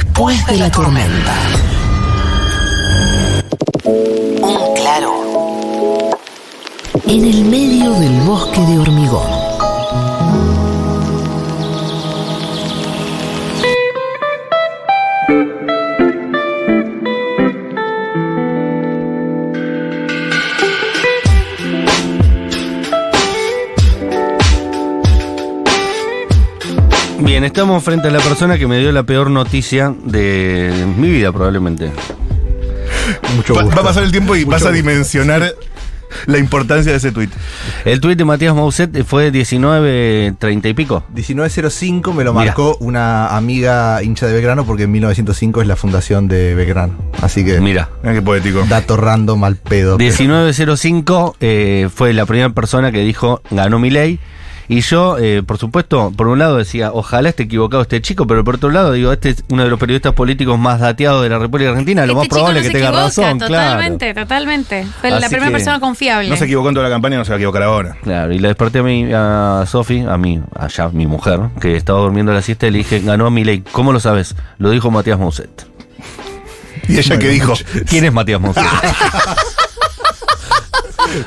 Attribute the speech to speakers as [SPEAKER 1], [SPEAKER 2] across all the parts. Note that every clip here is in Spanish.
[SPEAKER 1] Después de la tormenta. Un claro. En el medio del bosque de hormigón.
[SPEAKER 2] Bien, estamos frente a la persona que me dio la peor noticia de mi vida, probablemente.
[SPEAKER 3] Mucho
[SPEAKER 4] Va,
[SPEAKER 3] gusto.
[SPEAKER 4] va a pasar el tiempo y
[SPEAKER 3] Mucho
[SPEAKER 4] vas a
[SPEAKER 3] gusto.
[SPEAKER 4] dimensionar la importancia de ese tuit.
[SPEAKER 2] El tuit de Matías Mauset fue 19.30 y pico.
[SPEAKER 3] 1905 me lo
[SPEAKER 2] Mirá.
[SPEAKER 3] marcó una amiga hincha de Belgrano porque en 1905 es la fundación de Belgrano. Así que
[SPEAKER 2] Mira.
[SPEAKER 4] Mira qué poético.
[SPEAKER 3] dato random al pedo. pero-
[SPEAKER 2] 1905 eh, fue la primera persona que dijo ganó mi ley. Y yo, eh, por supuesto, por un lado decía, ojalá esté equivocado este chico, pero por otro lado digo, este es uno de los periodistas políticos más dateados de la República Argentina, lo más
[SPEAKER 5] Este chico
[SPEAKER 2] probable
[SPEAKER 5] no
[SPEAKER 2] es que
[SPEAKER 5] se
[SPEAKER 2] tenga
[SPEAKER 5] equivoca,
[SPEAKER 2] razón, claro.
[SPEAKER 5] Totalmente, totalmente. Fue
[SPEAKER 2] Así
[SPEAKER 5] la primera
[SPEAKER 2] que
[SPEAKER 5] persona confiable.
[SPEAKER 4] No se equivocó en toda la campaña, no se va a equivocar ahora.
[SPEAKER 2] Claro, y la desperté a mí, a Sofi, a mí, allá, mi mujer, que estaba durmiendo la siesta, y le dije, ganó a mi ley. ¿Cómo lo sabes? Lo dijo Matías Moset.
[SPEAKER 4] Y ella que dijo,
[SPEAKER 2] ¿Quién es Matías Moset?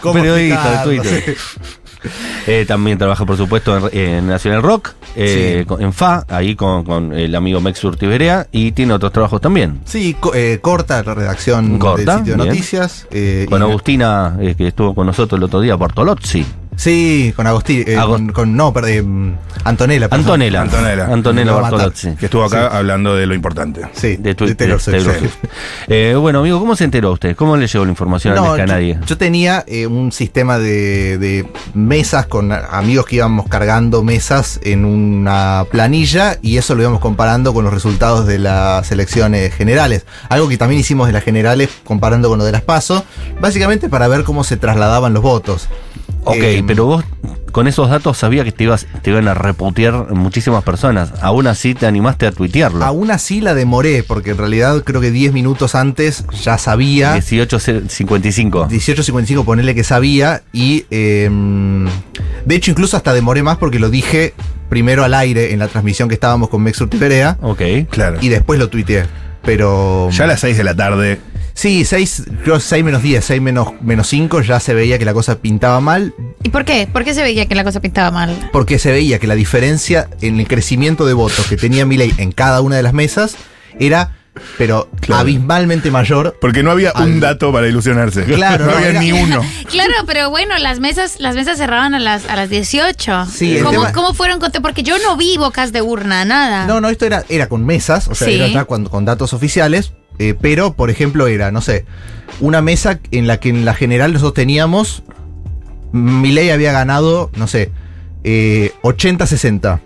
[SPEAKER 3] ¿Cómo
[SPEAKER 2] periodista de
[SPEAKER 3] explicarlo?
[SPEAKER 2] Twitter. Eh, también trabaja, por supuesto, en, en Nacional Rock, eh,
[SPEAKER 3] Sí.
[SPEAKER 2] con- en FA, ahí con, con el amigo Mex Urtiberea, y tiene otros trabajos también.
[SPEAKER 3] Sí, co- eh, corta la redacción
[SPEAKER 2] Corta,
[SPEAKER 3] del sitio de
[SPEAKER 2] bien.
[SPEAKER 3] noticias. eh,
[SPEAKER 2] Con
[SPEAKER 3] y-
[SPEAKER 2] Agustina, eh, que estuvo con nosotros el otro día, Bartolozzi.
[SPEAKER 3] Sí, con Agustín. eh,
[SPEAKER 2] Ago-
[SPEAKER 3] con, con- no, perdón. Antonella. perdón.
[SPEAKER 2] Antonella.
[SPEAKER 4] Antonella.
[SPEAKER 2] Antonella
[SPEAKER 3] Me va a matar.
[SPEAKER 2] Bartolozzi.
[SPEAKER 4] que estuvo acá hablando de lo importante.
[SPEAKER 3] Sí,
[SPEAKER 2] De
[SPEAKER 3] de,
[SPEAKER 2] Twitter.
[SPEAKER 3] Taylor Swift.
[SPEAKER 2] Taylor
[SPEAKER 3] Sí.
[SPEAKER 2] Swift. Eh, bueno, amigo, ¿cómo se enteró usted? ¿Cómo le llegó la información
[SPEAKER 3] No,
[SPEAKER 2] al Canadá?
[SPEAKER 3] Yo, yo tenía eh, un sistema de, de mesas con a- amigos que íbamos cargando mesas en una planilla y eso lo íbamos comparando con los resultados de las elecciones generales. Algo que también hicimos de las generales comparando con lo de las PASO, básicamente para ver cómo se trasladaban los votos.
[SPEAKER 2] Ok,
[SPEAKER 3] Eh,
[SPEAKER 2] pero vos con esos datos sabía que te, ibas, te iban a reputear muchísimas personas. Aún así te animaste a tuitearlo.
[SPEAKER 3] Aún así la demoré, porque en realidad creo que 10 minutos antes ya sabía.
[SPEAKER 2] 1855.
[SPEAKER 3] 18.55 ponerle que sabía y eh, de hecho incluso hasta demoré más porque lo dije primero al aire en la transmisión que estábamos con Mexur Perea
[SPEAKER 2] Ok.
[SPEAKER 4] Claro.
[SPEAKER 3] y después lo tuiteé. Pero
[SPEAKER 4] Ya a las 6 de la tarde,
[SPEAKER 3] sí, 6, creo 6 menos 10, 6 menos, menos 5 ya se veía que la cosa pintaba mal
[SPEAKER 5] ¿Y por qué? ¿Por qué se veía que la cosa pintaba mal?
[SPEAKER 3] porque se veía que la diferencia en el crecimiento de votos que tenía Milei en cada una de las mesas era pero
[SPEAKER 4] Claro.
[SPEAKER 3] abismalmente mayor.
[SPEAKER 4] porque no había un
[SPEAKER 3] Al-
[SPEAKER 4] dato para ilusionarse.
[SPEAKER 3] Claro,
[SPEAKER 4] no
[SPEAKER 3] no,
[SPEAKER 4] había
[SPEAKER 3] era-
[SPEAKER 4] ni uno.
[SPEAKER 5] Claro, pero bueno, las mesas, las mesas cerraban a las, a las 18.
[SPEAKER 3] Sí, el
[SPEAKER 5] ¿Cómo,
[SPEAKER 3] tema-
[SPEAKER 5] cómo fueron conte- Porque yo no vi bocas de urna, nada.
[SPEAKER 3] No, no, esto era, era con mesas, o sea,
[SPEAKER 5] Ah. Sí.
[SPEAKER 3] era ya con, con datos oficiales, eh, pero, por ejemplo, era, no sé, una mesa en la que en la general nosotros teníamos, Milei había ganado, no sé, eh, 80-60.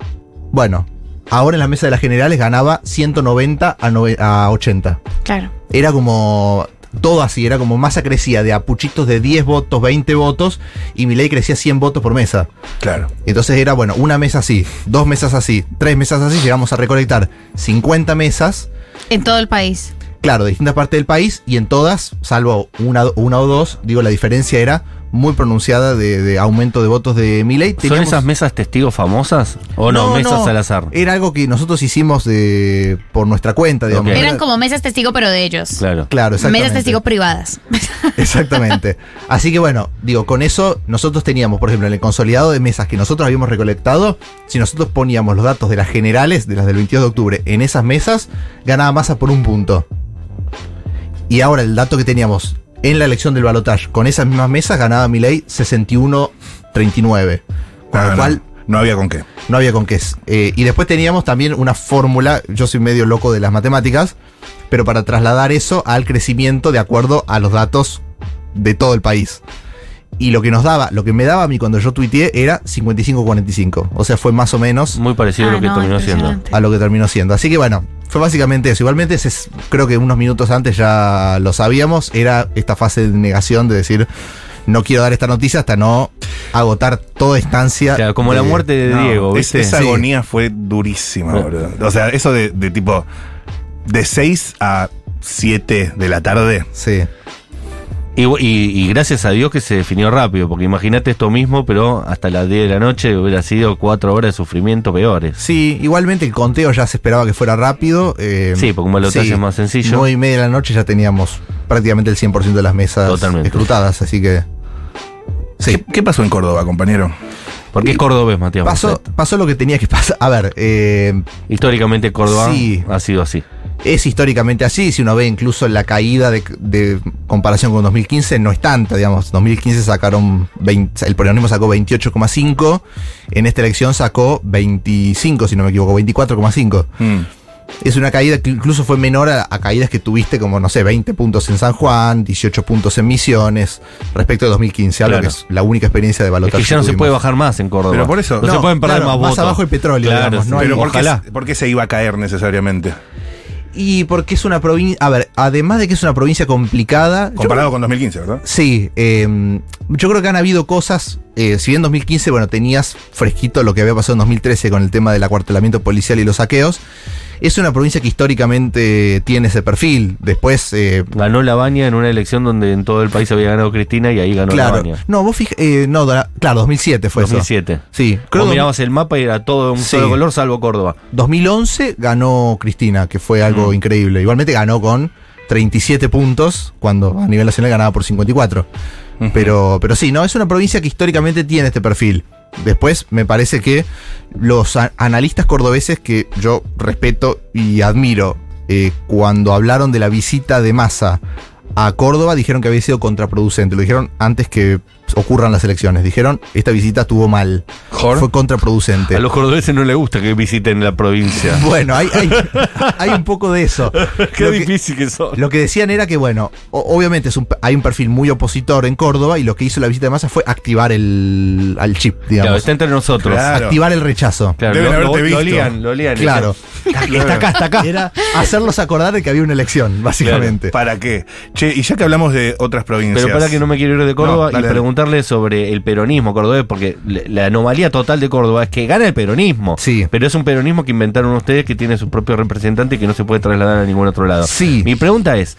[SPEAKER 3] Bueno, ahora en la mesa de las generales ganaba 190 a, nove- a 80.
[SPEAKER 5] Claro.
[SPEAKER 3] Era como... Todo así, era como masa crecía de apuchitos de 10 votos, 20 votos, y Milei crecía 100 votos por mesa.
[SPEAKER 4] Claro.
[SPEAKER 3] Entonces era, bueno, una mesa así, dos mesas así, tres mesas así, llegamos a recolectar 50 mesas,
[SPEAKER 5] En todo el país.
[SPEAKER 3] claro, de distintas partes del país, y en todas, salvo una, una o dos, digo, la diferencia era muy pronunciada de, de aumento de votos de Milei.
[SPEAKER 2] ¿Son
[SPEAKER 3] Teníamos-
[SPEAKER 2] esas mesas testigos famosas? ¿O no, mesas al azar?
[SPEAKER 3] Era algo que nosotros hicimos de, por nuestra cuenta, digamos.
[SPEAKER 2] Ok.
[SPEAKER 3] Era-
[SPEAKER 5] Eran como mesas testigo, pero de ellos.
[SPEAKER 2] Claro.
[SPEAKER 3] Claro, exactamente.
[SPEAKER 5] mesas testigo privadas.
[SPEAKER 3] Exactamente. Así que bueno, digo, con eso nosotros teníamos, por ejemplo, en el consolidado de mesas que nosotros habíamos recolectado, si nosotros poníamos los datos de las generales, de las del 22 de octubre, en esas mesas, ganaba masa por un punto. Y ahora el dato que teníamos en la elección del balotaje, con esas mismas mesas, ganaba Milei 61-39. Con
[SPEAKER 4] No,
[SPEAKER 3] lo
[SPEAKER 4] no,
[SPEAKER 3] cual
[SPEAKER 4] no había con qué.
[SPEAKER 3] no había con qué. Eh, y después teníamos también una fórmula, yo soy medio loco de las matemáticas, pero para trasladar eso al crecimiento de acuerdo a los datos de todo el país. Y lo que nos daba, lo que me daba a mí cuando yo tuiteé era 55-45. O sea, fue más o menos
[SPEAKER 2] Muy parecido a lo
[SPEAKER 5] Ah,
[SPEAKER 2] que
[SPEAKER 5] no,
[SPEAKER 2] terminó siendo.
[SPEAKER 5] impresionante.
[SPEAKER 3] a lo que terminó siendo. Así que bueno, fue básicamente eso. Igualmente, se- creo que unos minutos antes ya lo sabíamos. Era esta fase de negación de decir, no quiero dar esta noticia hasta no agotar toda instancia.
[SPEAKER 2] O sea, como la
[SPEAKER 3] de-
[SPEAKER 2] muerte de
[SPEAKER 4] No,
[SPEAKER 2] Diego,
[SPEAKER 4] es-
[SPEAKER 2] ¿viste?
[SPEAKER 4] esa
[SPEAKER 3] Sí.
[SPEAKER 4] agonía fue durísima,
[SPEAKER 2] No.
[SPEAKER 4] boludo. O sea, eso de, de tipo, de 6 a 7 de la tarde,
[SPEAKER 3] Sí.
[SPEAKER 2] Y, bu- y- y gracias a Dios que se definió rápido, porque imagínate esto mismo, pero hasta las 10 de la noche hubiera sido cuatro horas de sufrimiento peores.
[SPEAKER 3] Sí, igualmente el conteo ya se esperaba que fuera rápido. eh,
[SPEAKER 2] Sí, porque un balotaje es más sencillo.
[SPEAKER 3] Nueve y media de la noche ya teníamos prácticamente el 100% de las mesas
[SPEAKER 2] Totalmente.
[SPEAKER 3] escrutadas, así que. Sí.
[SPEAKER 4] ¿Qué, qué pasó en Córdoba, compañero?
[SPEAKER 2] Porque es cordobés, Matías.
[SPEAKER 3] Pasó,
[SPEAKER 2] Marcet.
[SPEAKER 3] pasó lo que tenía que pasar. A ver, eh,
[SPEAKER 2] Históricamente Córdoba
[SPEAKER 3] Sí.
[SPEAKER 2] ha sido así.
[SPEAKER 3] es históricamente así. Si uno ve incluso la caída de, de comparación con 2015, no es tanta, digamos. 2015 sacaron 20 el peronismo sacó 28,5. En esta elección sacó 25, si no me equivoco, 24,5.
[SPEAKER 4] Mm.
[SPEAKER 3] Es una caída que incluso fue menor a, a caídas que tuviste como, no sé, 20 puntos en San Juan, 18 puntos en Misiones, respecto de 2015, algo
[SPEAKER 2] Claro.
[SPEAKER 3] que es la única experiencia de
[SPEAKER 2] Es
[SPEAKER 3] balotaje.
[SPEAKER 2] que ya no se
[SPEAKER 3] tuvimos.
[SPEAKER 2] puede bajar más en Córdoba.
[SPEAKER 4] Pero por eso-
[SPEAKER 2] No, se
[SPEAKER 3] No,
[SPEAKER 2] pueden perder
[SPEAKER 3] claro,
[SPEAKER 2] más
[SPEAKER 3] más
[SPEAKER 2] votos.
[SPEAKER 3] abajo el petróleo, digamos, Pues no hay-
[SPEAKER 4] Pero ¿por qué,
[SPEAKER 2] ojalá.
[SPEAKER 4] ¿por qué se iba a caer necesariamente?
[SPEAKER 3] Y porque es una provincia, a ver, además de que es una provincia complicada, yo-
[SPEAKER 4] Comparado con 2015, ¿verdad?
[SPEAKER 3] Sí, eh, yo creo que han habido cosas, eh, si bien en 2015, bueno, tenías fresquito lo que había pasado en 2013 con el tema del acuartelamiento policial y los saqueos, es una provincia que históricamente tiene ese perfil. Después, eh,
[SPEAKER 2] Ganó La Baña en una elección donde en todo el país había ganado Cristina y ahí ganó La
[SPEAKER 3] claro,
[SPEAKER 2] Baña.
[SPEAKER 3] no, vos fija, eh, no, da- claro, 2007 fue eso.
[SPEAKER 2] 2007.
[SPEAKER 3] Sí, creo
[SPEAKER 2] Vos
[SPEAKER 3] que
[SPEAKER 2] mirabas el mapa y era todo un
[SPEAKER 3] Sí.
[SPEAKER 2] solo color salvo Córdoba.
[SPEAKER 3] 2011 ganó Cristina, que fue algo increíble. Igualmente ganó con 37 puntos, cuando a nivel nacional ganaba por 54. pero, pero sí, ¿no? Es una provincia que históricamente tiene este perfil. Después, me parece que los a- analistas cordobeses que yo respeto y admiro, eh, cuando hablaron de la visita de Massa a Córdoba, dijeron que había sido contraproducente. Lo dijeron antes que ocurran las elecciones. Dijeron, esta visita estuvo mal. Fue contraproducente.
[SPEAKER 2] A los cordobeses no les gusta que visiten la provincia.
[SPEAKER 3] Bueno, hay, hay, hay un poco de eso.
[SPEAKER 2] Qué
[SPEAKER 3] Lo que-
[SPEAKER 2] difícil que son.
[SPEAKER 3] Lo que decían era que, bueno, o- obviamente es un pe- hay un perfil muy opositor en Córdoba y lo que hizo la visita de masa fue activar el al chip,
[SPEAKER 2] Claro,
[SPEAKER 3] digamos.
[SPEAKER 2] está entre nosotros.
[SPEAKER 4] Claro.
[SPEAKER 3] Activar el rechazo.
[SPEAKER 2] Claro,
[SPEAKER 4] Deben
[SPEAKER 2] lo, lo-
[SPEAKER 4] haberte
[SPEAKER 2] lo
[SPEAKER 4] visto.
[SPEAKER 2] olían, lo olían.
[SPEAKER 3] Claro. Está acá, está acá. Era hacerlos acordar de que había una elección, básicamente.
[SPEAKER 4] ¿Para qué? Che, y ya que hablamos de otras provincias.
[SPEAKER 2] Pero para que no me quiero ir de Córdoba
[SPEAKER 4] No, dale,
[SPEAKER 2] y
[SPEAKER 4] dale.
[SPEAKER 2] preguntarle sobre el peronismo cordobés, porque le- la anomalía total de Córdoba es que gana el peronismo.
[SPEAKER 3] Sí.
[SPEAKER 2] Pero es un peronismo que inventaron ustedes que tiene su propio representante y que no se puede trasladar a ningún otro lado.
[SPEAKER 3] Sí.
[SPEAKER 2] Mi pregunta es.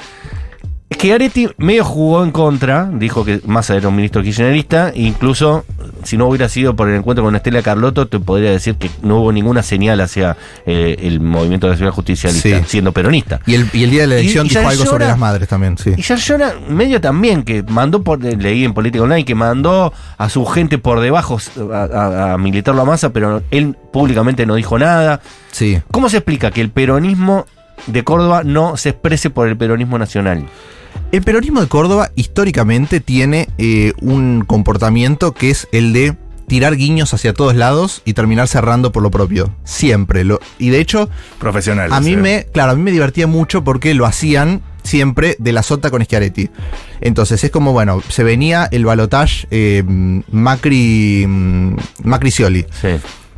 [SPEAKER 2] Es que Areti medio jugó en contra, dijo que Massa era un ministro kirchnerista, e incluso si no hubiera sido por el encuentro con Estela Carlotto, te podría decir que no hubo ninguna señal hacia eh, el movimiento de la ciudad justicialista,
[SPEAKER 3] Sí.
[SPEAKER 2] siendo peronista.
[SPEAKER 3] Y, el, y el día de la
[SPEAKER 2] Y-
[SPEAKER 3] elección
[SPEAKER 2] y ya
[SPEAKER 3] dijo algo sobre
[SPEAKER 2] llora.
[SPEAKER 3] las madres también, sí.
[SPEAKER 2] Y Georgiana, medio también, que mandó, por, eh, leí en Política Online, que mandó a su gente por debajo a, a- a militar la masa, pero él públicamente no dijo nada.
[SPEAKER 3] Sí.
[SPEAKER 2] ¿Cómo se explica que el peronismo de Córdoba no se exprese por el peronismo nacional?
[SPEAKER 3] El peronismo de Córdoba históricamente tiene eh, un comportamiento que es el de tirar guiños hacia todos lados y terminar cerrando por lo propio. Siempre. Lo, y de hecho,
[SPEAKER 4] Profesionales.
[SPEAKER 3] a mí
[SPEAKER 4] eh.
[SPEAKER 3] me, claro, a mí me divertía mucho porque lo hacían siempre de la sota con Schiaretti. Entonces es como, bueno, se venía el balotage eh, Macri, mm, Macri Scioli.
[SPEAKER 2] Sí.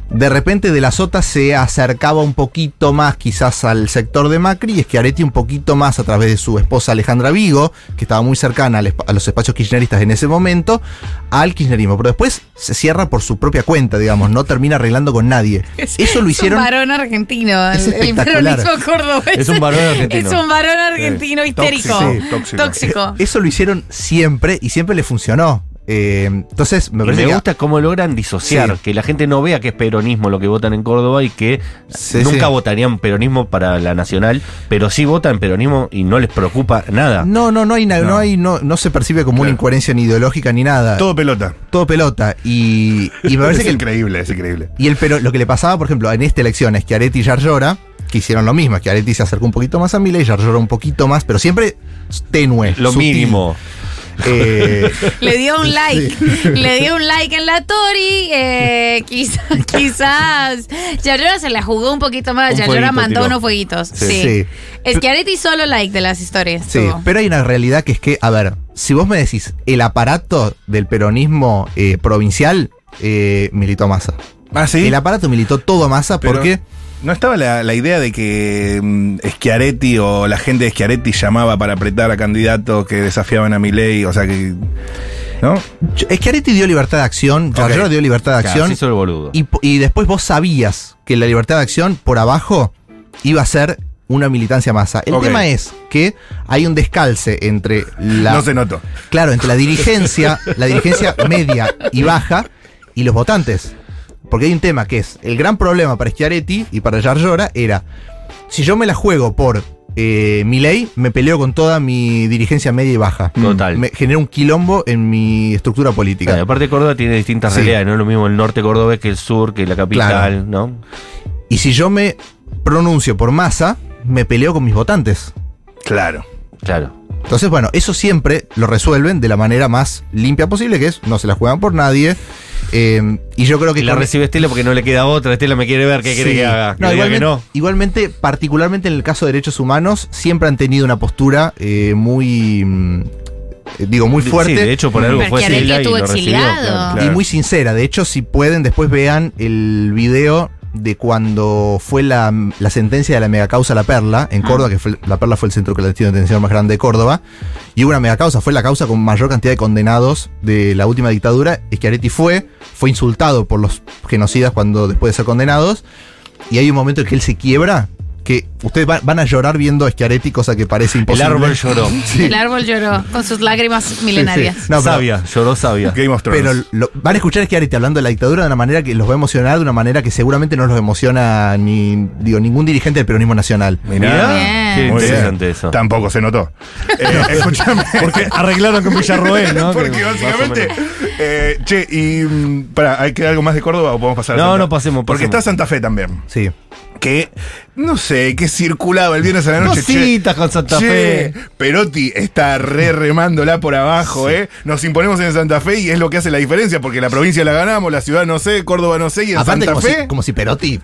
[SPEAKER 3] De repente de la sota se acercaba un poquito más quizás al sector de Macri y Schiaretti un poquito más a través de su esposa Alejandra Vigo, que estaba muy cercana al espa- a los espacios kirchneristas en ese momento, al kirchnerismo. Pero después se cierra por su propia cuenta, digamos, no termina arreglando con nadie. Eso lo hicieron...
[SPEAKER 5] Es un varón argentino.
[SPEAKER 3] Es
[SPEAKER 5] el- el
[SPEAKER 3] espectacular.
[SPEAKER 5] peronismo cordobés.
[SPEAKER 2] Es un varón argentino.
[SPEAKER 5] Es un varón argentino histérico.
[SPEAKER 4] Tóxico, sí, tóxico.
[SPEAKER 3] Eh, Eso lo hicieron siempre y siempre le funcionó. Eh, entonces,
[SPEAKER 2] Me,
[SPEAKER 3] me parece que-
[SPEAKER 2] gusta cómo logran disociar,
[SPEAKER 3] Sí.
[SPEAKER 2] que la gente no vea que es peronismo lo que votan en Córdoba y que
[SPEAKER 3] Sí,
[SPEAKER 2] nunca
[SPEAKER 3] sí.
[SPEAKER 2] votarían peronismo para la nacional, pero sí votan peronismo y no les preocupa nada.
[SPEAKER 3] No, no, no hay, na-
[SPEAKER 4] No.
[SPEAKER 3] no. hay no, no se percibe como una
[SPEAKER 4] Claro.
[SPEAKER 3] incoherencia ni ideológica ni nada. Todo,
[SPEAKER 4] Todo pelota.
[SPEAKER 3] pelota. Y, y me parece
[SPEAKER 4] es
[SPEAKER 3] que el,
[SPEAKER 4] increíble, es increíble.
[SPEAKER 3] y el pero, lo que le pasaba, por ejemplo, en esta elección es que Areti y Yarlora, que hicieron lo mismo, que Areti se acercó un poquito más a Milei, Yarlora un poquito más, pero siempre tenue.
[SPEAKER 2] lo
[SPEAKER 3] sutil.
[SPEAKER 2] mínimo.
[SPEAKER 3] Eh,
[SPEAKER 5] Le dio un like. Le dio un like en la Tori. eh, quizá- quizás. Yayora se la jugó un poquito más.
[SPEAKER 2] Un
[SPEAKER 5] Yayora
[SPEAKER 2] fueguito
[SPEAKER 5] mandó
[SPEAKER 2] tiró.
[SPEAKER 5] unos fueguitos. Sí.
[SPEAKER 3] sí.
[SPEAKER 5] Es que Areti solo like de las historias.
[SPEAKER 3] Sí,
[SPEAKER 5] tuvo.
[SPEAKER 3] pero hay una realidad que es que, a ver, si vos me decís el aparato del peronismo eh, provincial, eh, militó Massa.
[SPEAKER 4] Ah, sí.
[SPEAKER 3] El aparato militó todo Massa
[SPEAKER 4] Pero-
[SPEAKER 3] porque
[SPEAKER 4] ¿No estaba la, la idea de que mm, Schiaretti o la gente de Schiaretti llamaba para apretar a candidatos que desafiaban a Milei? O sea que. ¿No?
[SPEAKER 3] yo- Schiaretti dio libertad de acción, Giorgioro dio libertad de
[SPEAKER 2] Claro,
[SPEAKER 3] acción,
[SPEAKER 2] se hizo el boludo.
[SPEAKER 3] y, po- y después vos sabías que la libertad de acción por abajo iba a ser una militancia masa. El
[SPEAKER 4] Ok.
[SPEAKER 3] tema es que hay un descalce entre la.
[SPEAKER 4] No se notó.
[SPEAKER 3] Claro, entre la dirigencia, la dirigencia media y baja y los votantes. Porque hay un tema que es, el gran problema para Schiaretti y para Yarlora era, si yo me la juego por eh, mi ley, me peleo con toda mi dirigencia media y baja.
[SPEAKER 2] Total.
[SPEAKER 3] Me genera un quilombo en mi estructura política.
[SPEAKER 2] Claro, aparte Córdoba tiene distintas
[SPEAKER 3] Sí.
[SPEAKER 2] realidades, no es lo mismo el norte cordobés que el sur, que la capital,
[SPEAKER 3] Claro.
[SPEAKER 2] ¿no?
[SPEAKER 3] Y si yo me pronuncio por masa, me peleo con mis votantes.
[SPEAKER 4] Claro.
[SPEAKER 2] Claro.
[SPEAKER 3] Entonces, bueno, eso siempre lo resuelven de la manera más limpia posible, que es no se la juegan por nadie. Eh, y yo creo que
[SPEAKER 2] Y la
[SPEAKER 3] con-
[SPEAKER 2] recibe Estela porque no le queda otra, Estela me quiere ver, ¿qué quiere
[SPEAKER 3] Sí.
[SPEAKER 2] que haga? Que
[SPEAKER 3] No,
[SPEAKER 2] le diga que
[SPEAKER 3] igualmente,
[SPEAKER 2] no.
[SPEAKER 3] igualmente, particularmente en el caso de derechos humanos, siempre han tenido una postura eh, muy, mm, eh, digo, muy fuerte.
[SPEAKER 2] Sí, de hecho por algo
[SPEAKER 5] Pero
[SPEAKER 2] fue
[SPEAKER 5] Schiaretti
[SPEAKER 2] Estela y
[SPEAKER 5] estuvo
[SPEAKER 2] lo recibió.
[SPEAKER 5] exiliado.
[SPEAKER 2] claro,
[SPEAKER 3] y
[SPEAKER 2] claro.
[SPEAKER 3] muy sincera. De hecho, si pueden, después vean el video de cuando fue la, la sentencia de la megacausa La Perla
[SPEAKER 2] Ah.
[SPEAKER 3] en Córdoba, que fue, La Perla fue el centro clandestino de detención más grande de Córdoba, y hubo una megacausa, fue la causa con mayor cantidad de condenados de la última dictadura. Schiaretti fue, fue insultado por los genocidas cuando después de ser condenados, y hay un momento en que él se quiebra, que ustedes va- van a llorar viendo a Schiaretti, cosa que parece
[SPEAKER 2] El
[SPEAKER 3] imposible.
[SPEAKER 2] árbol lloró.
[SPEAKER 5] El árbol lloró con sus lágrimas
[SPEAKER 3] Sí, sí.
[SPEAKER 5] milenarias.
[SPEAKER 3] No, pero-
[SPEAKER 2] sabia, lloró sabia.
[SPEAKER 4] Game of Thrones.
[SPEAKER 3] Pero lo- van a escuchar a Schiaretti hablando de la dictadura de una manera que los va a emocionar, de una manera que seguramente no los emociona ni digo ningún dirigente del peronismo nacional.
[SPEAKER 2] Mirá,
[SPEAKER 5] Bien.
[SPEAKER 2] qué
[SPEAKER 4] Muy bien.
[SPEAKER 2] interesante eso.
[SPEAKER 4] Tampoco se notó. Eh, escúchame.
[SPEAKER 2] Porque arreglaron con Villarroel, ¿no?
[SPEAKER 4] Porque
[SPEAKER 2] Que más o
[SPEAKER 4] básicamente.
[SPEAKER 2] menos.
[SPEAKER 4] eh, che, y. mm, Pará, ¿hay que algo más de Córdoba o podemos pasar a
[SPEAKER 2] No,
[SPEAKER 4] Santa-
[SPEAKER 2] no, pasemos,
[SPEAKER 4] Porque
[SPEAKER 2] pasemos.
[SPEAKER 4] está Santa Fe también.
[SPEAKER 3] Sí.
[SPEAKER 4] Que. No sé, que circulaba el viernes a la noche. che,
[SPEAKER 2] Cositas con Santa
[SPEAKER 4] Che,
[SPEAKER 2] Fe.
[SPEAKER 4] Perotti está re remándola por abajo, ¿eh? Nos imponemos en Santa Fe y es lo que hace la diferencia, porque la provincia la ganamos, la ciudad no sé, Córdoba no sé, y en
[SPEAKER 3] Aparte,
[SPEAKER 4] Santa
[SPEAKER 3] como
[SPEAKER 4] Fe, Ah,
[SPEAKER 3] si, como si Perotti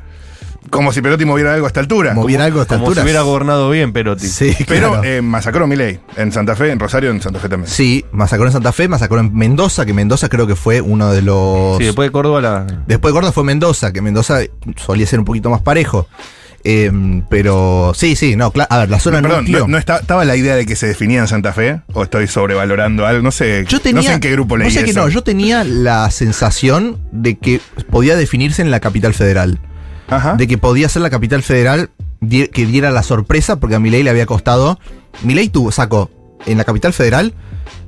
[SPEAKER 4] como si Perotti moviera algo a esta altura.
[SPEAKER 3] moviera algo a esta
[SPEAKER 2] Como
[SPEAKER 3] altura.
[SPEAKER 2] si hubiera gobernado bien Perotti.
[SPEAKER 3] Sí,
[SPEAKER 4] Pero
[SPEAKER 3] claro.
[SPEAKER 4] eh, masacró Milei en Santa Fe, en Rosario, en Santa Fe también.
[SPEAKER 3] sí, masacró en Santa Fe, masacró en Mendoza, que Mendoza creo que fue uno de los.
[SPEAKER 2] Sí, después de Córdoba la...
[SPEAKER 3] Después de Córdoba fue Mendoza, que Mendoza solía ser un poquito más parejo. Em, pero sí, sí, no, cla- a ver, la zona
[SPEAKER 4] Perdón,
[SPEAKER 3] núcleo-
[SPEAKER 4] no, no está- estaba la idea de que se definía en Santa Fe? ¿O estoy sobrevalorando algo? No sé,
[SPEAKER 3] Yo tenía,
[SPEAKER 4] no sé en qué grupo leí
[SPEAKER 3] vos sabés que
[SPEAKER 4] eso.
[SPEAKER 3] no, yo tenía la sensación de que podía definirse en la capital federal.
[SPEAKER 4] Ajá.
[SPEAKER 3] De que podía ser la capital federal di- que diera la sorpresa, porque a Milei le había costado. Milei tuvo, sacó en la capital federal,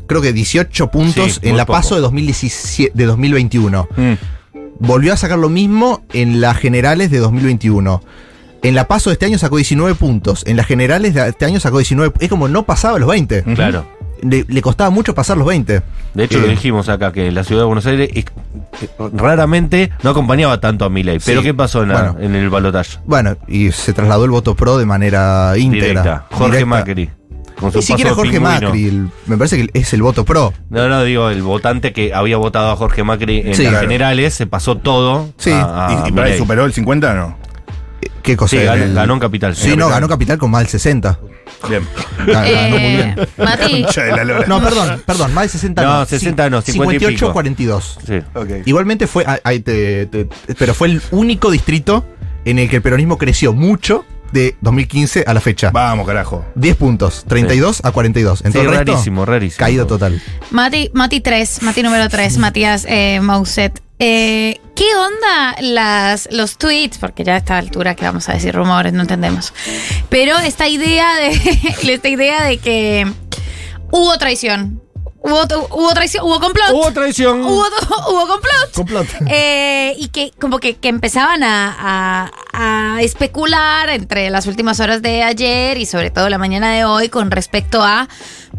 [SPEAKER 3] creo que 18 puntos
[SPEAKER 2] Sí,
[SPEAKER 3] en
[SPEAKER 2] muy
[SPEAKER 3] la
[SPEAKER 2] poco.
[SPEAKER 3] paso de, 2017, de 2021.
[SPEAKER 4] Mm.
[SPEAKER 3] Volvió a sacar lo mismo en las generales de 2021. En la paso de este año sacó 19 puntos. En las generales de este año sacó 19. Es como no pasaba los 20.
[SPEAKER 4] Ujú.
[SPEAKER 2] Claro.
[SPEAKER 3] Le, le costaba mucho pasar los 20.
[SPEAKER 2] De hecho,
[SPEAKER 3] Eh,
[SPEAKER 2] lo dijimos acá, que la ciudad de Buenos Aires eh, eh, raramente no acompañaba tanto a Milei. Pero
[SPEAKER 3] Sí.
[SPEAKER 2] ¿qué pasó en, la-
[SPEAKER 3] Bueno.
[SPEAKER 2] en el balotaje?
[SPEAKER 3] Bueno, y se trasladó el voto pro de manera íntegra.
[SPEAKER 2] Directa. Jorge
[SPEAKER 3] directa.
[SPEAKER 2] Macri. Con su
[SPEAKER 3] Ni siquiera
[SPEAKER 2] paso
[SPEAKER 3] Jorge
[SPEAKER 2] pingüino.
[SPEAKER 3] Macri. el- me parece que es el voto pro.
[SPEAKER 2] No, no, digo, el votante que había votado a Jorge Macri en
[SPEAKER 3] Sí.
[SPEAKER 2] las
[SPEAKER 3] Claro.
[SPEAKER 2] generales se pasó todo.
[SPEAKER 3] Sí.
[SPEAKER 2] a- a
[SPEAKER 4] ¿Y, y para ahí
[SPEAKER 2] Milei.
[SPEAKER 4] superó el 50 o no?
[SPEAKER 3] Eh, ¿Qué cosa?
[SPEAKER 2] Sí, ganó,
[SPEAKER 3] El-
[SPEAKER 2] ganó en Capital.
[SPEAKER 3] Sí,
[SPEAKER 2] En
[SPEAKER 3] no,
[SPEAKER 2] Capital.
[SPEAKER 3] ganó Capital con más del 60.
[SPEAKER 4] Bien.
[SPEAKER 3] Ga- ganó Ah, muy
[SPEAKER 5] Eh,
[SPEAKER 3] bien.
[SPEAKER 5] Mati,
[SPEAKER 4] Concha de la lora.
[SPEAKER 3] No, perdón, perdón, más del 60
[SPEAKER 2] No,
[SPEAKER 3] no.
[SPEAKER 2] 60 no, 50 y
[SPEAKER 3] 58
[SPEAKER 2] pico.
[SPEAKER 3] 42.
[SPEAKER 2] Sí.
[SPEAKER 4] Ok.
[SPEAKER 3] Igualmente fue ah, ahí te- te- pero fue el único distrito en el que el peronismo creció mucho de 2015 a la fecha.
[SPEAKER 4] Vamos, carajo.
[SPEAKER 3] 10 puntos, 32 a 42. En
[SPEAKER 2] Sí,
[SPEAKER 3] todo el resto,
[SPEAKER 2] rarísimo, rarísimo.
[SPEAKER 3] Caída total.
[SPEAKER 5] Mati, Mati 3, Mati número 3, Matías eh, Mauset. Eh, ¿Qué onda las, los tweets? Porque ya a esta altura que vamos a decir rumores, no entendemos. Pero esta idea de, esta idea de que hubo traición. Hubo, hubo traición, hubo complot.
[SPEAKER 2] Hubo traición.
[SPEAKER 5] Hubo, hubo complot.
[SPEAKER 3] Complot.
[SPEAKER 5] Eh, y que como que, que empezaban a, a- a especular entre las últimas horas de ayer y sobre todo la mañana de hoy con respecto a,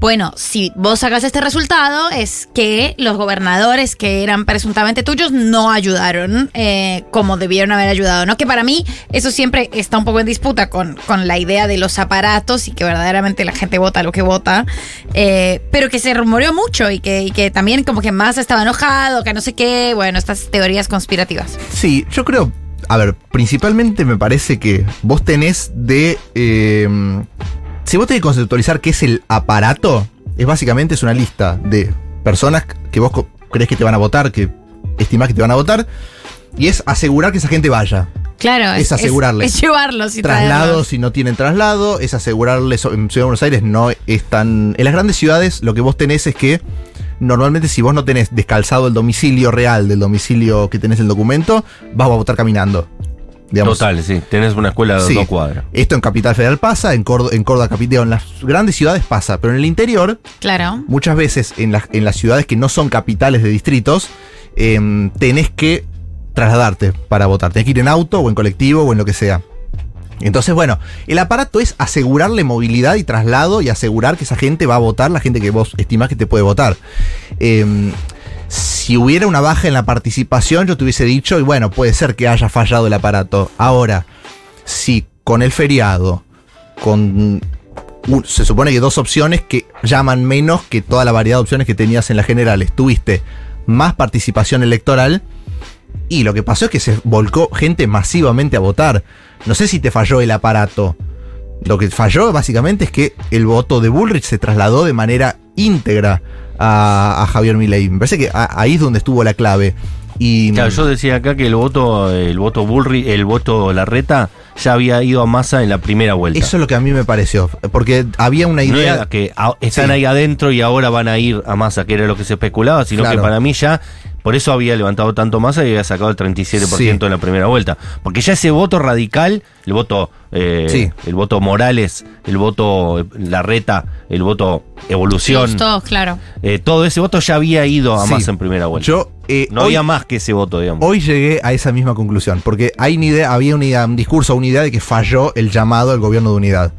[SPEAKER 5] bueno, si vos sacas este resultado es que los gobernadores que eran presuntamente tuyos no ayudaron eh, como debieron haber ayudado, ¿no? Que para mí eso siempre está un poco en disputa con, con la idea de los aparatos y que verdaderamente la gente vota lo que vota, eh, pero que se rumoreó mucho y que, y que también como que más estaba enojado, que no sé qué, bueno, estas teorías conspirativas.
[SPEAKER 3] Sí, yo creo. A ver, principalmente me parece que vos tenés de. eh, si vos tenés que conceptualizar qué es el aparato, es básicamente es una lista de personas que vos co- crees que te van a votar, que estimás que te van a votar, y es asegurar que esa gente vaya.
[SPEAKER 5] Claro,
[SPEAKER 3] Es asegurarles.
[SPEAKER 5] Es, llevarlos y
[SPEAKER 3] Traslados si no tienen traslado, es asegurarles. En Ciudad de Buenos Aires no es tan. En las grandes ciudades lo que vos tenés es que. Normalmente, si vos no tenés descalzado el domicilio real del domicilio que tenés en el documento, vas a votar caminando.
[SPEAKER 5] traerlos.
[SPEAKER 3] Digamos,
[SPEAKER 2] Total, sí. Tenés una escuela de
[SPEAKER 3] Sí.
[SPEAKER 2] dos cuadras.
[SPEAKER 3] Esto en Capital Federal pasa, en, Córdoba, en Córdoba Capital, en las grandes ciudades pasa, pero en el interior,
[SPEAKER 5] Claro.
[SPEAKER 3] muchas veces en las, en las ciudades que no son capitales de distritos, em, tenés que trasladarte para votar. Tenés que ir en auto o en colectivo o en lo que sea. Entonces, bueno, el aparato es asegurarle movilidad y traslado y asegurar que esa gente va a votar, la gente que vos estimás que te puede votar. Em, si hubiera una baja en la participación, yo te hubiese dicho, y bueno, puede ser que haya fallado el aparato. Ahora, si con el feriado, con... un- se supone que dos opciones que llaman menos que toda la variedad de opciones que tenías en las generales. Tuviste más participación electoral y lo que pasó es que se volcó gente masivamente a votar. No sé si te falló el aparato. Lo que falló básicamente es que el voto de Bullrich se trasladó de manera íntegra a, a Javier Milei. Me parece que a- ahí es donde estuvo la clave. Y
[SPEAKER 2] Claro, yo decía acá que el voto, el voto Bullrich, el voto Larreta, ya había ido a masa en la primera vuelta.
[SPEAKER 3] eso es lo que a mí me pareció. Porque había una
[SPEAKER 2] no
[SPEAKER 3] idea...
[SPEAKER 2] era que a- están
[SPEAKER 3] Sí.
[SPEAKER 2] ahí adentro y ahora van a ir a masa, que era lo que se especulaba, sino
[SPEAKER 3] Claro.
[SPEAKER 2] que para mí ya, por eso había levantado tanto masa y había sacado el 37%
[SPEAKER 3] Sí.
[SPEAKER 2] en la primera vuelta. Porque ya ese voto radical, el voto, eh,
[SPEAKER 3] Sí.
[SPEAKER 2] el voto Morales, el voto eh, Larreta, el voto Evolución,
[SPEAKER 5] Sí, todos, claro.
[SPEAKER 2] eh, todo ese voto ya había ido a
[SPEAKER 3] Sí.
[SPEAKER 2] masa en primera vuelta.
[SPEAKER 3] Yo, eh,
[SPEAKER 2] no
[SPEAKER 3] hoy-
[SPEAKER 2] había más que ese voto, digamos.
[SPEAKER 3] Hoy llegué a esa misma conclusión, porque hay una idea, había una idea- un discurso, una idea de que falló el llamado al gobierno de unidad.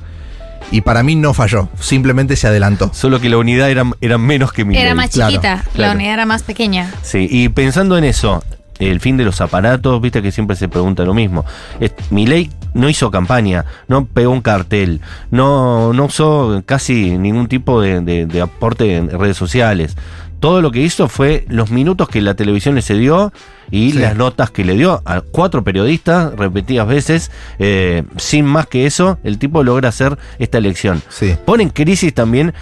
[SPEAKER 3] Y para mí no falló, simplemente se adelantó.
[SPEAKER 2] Solo que la unidad era, era menos que mi
[SPEAKER 5] Era más
[SPEAKER 3] claro,
[SPEAKER 5] chiquita, la
[SPEAKER 2] claro.
[SPEAKER 5] unidad era más pequeña.
[SPEAKER 2] Sí, y pensando en eso, el fin de los aparatos, viste que siempre se pregunta lo mismo. Es- Milei no hizo campaña, no pegó un cartel, no, no usó casi ningún tipo de, de- de aporte en redes sociales. Todo lo que hizo fue los minutos que la televisión le cedió y
[SPEAKER 3] Sí.
[SPEAKER 2] las notas que le dio a cuatro periodistas repetidas veces. eh, sin más que eso, el tipo logra hacer esta elección
[SPEAKER 3] Sí.
[SPEAKER 2] pone en crisis también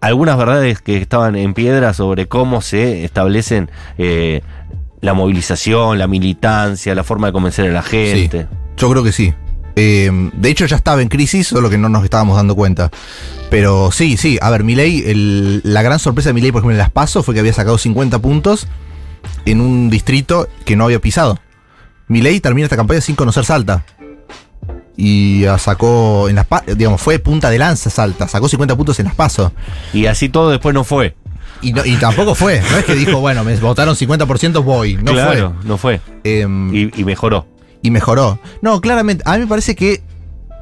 [SPEAKER 2] algunas verdades que estaban en piedra sobre cómo se establecen eh, la movilización, la militancia, la forma de convencer a la gente.
[SPEAKER 3] Yo creo que sí. Eh, de hecho, ya estaba en crisis, solo que no nos estábamos dando cuenta. Pero sí, sí. A ver, Milei, el- la gran sorpresa de Milei, por ejemplo, en las PASO fue que había sacado 50 puntos en un distrito que no había pisado. Milei termina esta campaña sin conocer Salta. Y ah, sacó en las Pa- digamos, fue punta de lanza Salta, sacó 50 puntos en las PASO.
[SPEAKER 2] Y así todo después no fue.
[SPEAKER 3] Y, no- y tampoco fue, no es que dijo, bueno, me votaron 50%, voy, no
[SPEAKER 2] claro, no fue.
[SPEAKER 3] fue. Em,
[SPEAKER 2] Y, y mejoró.
[SPEAKER 3] y mejoró. No, claramente, a mí me parece que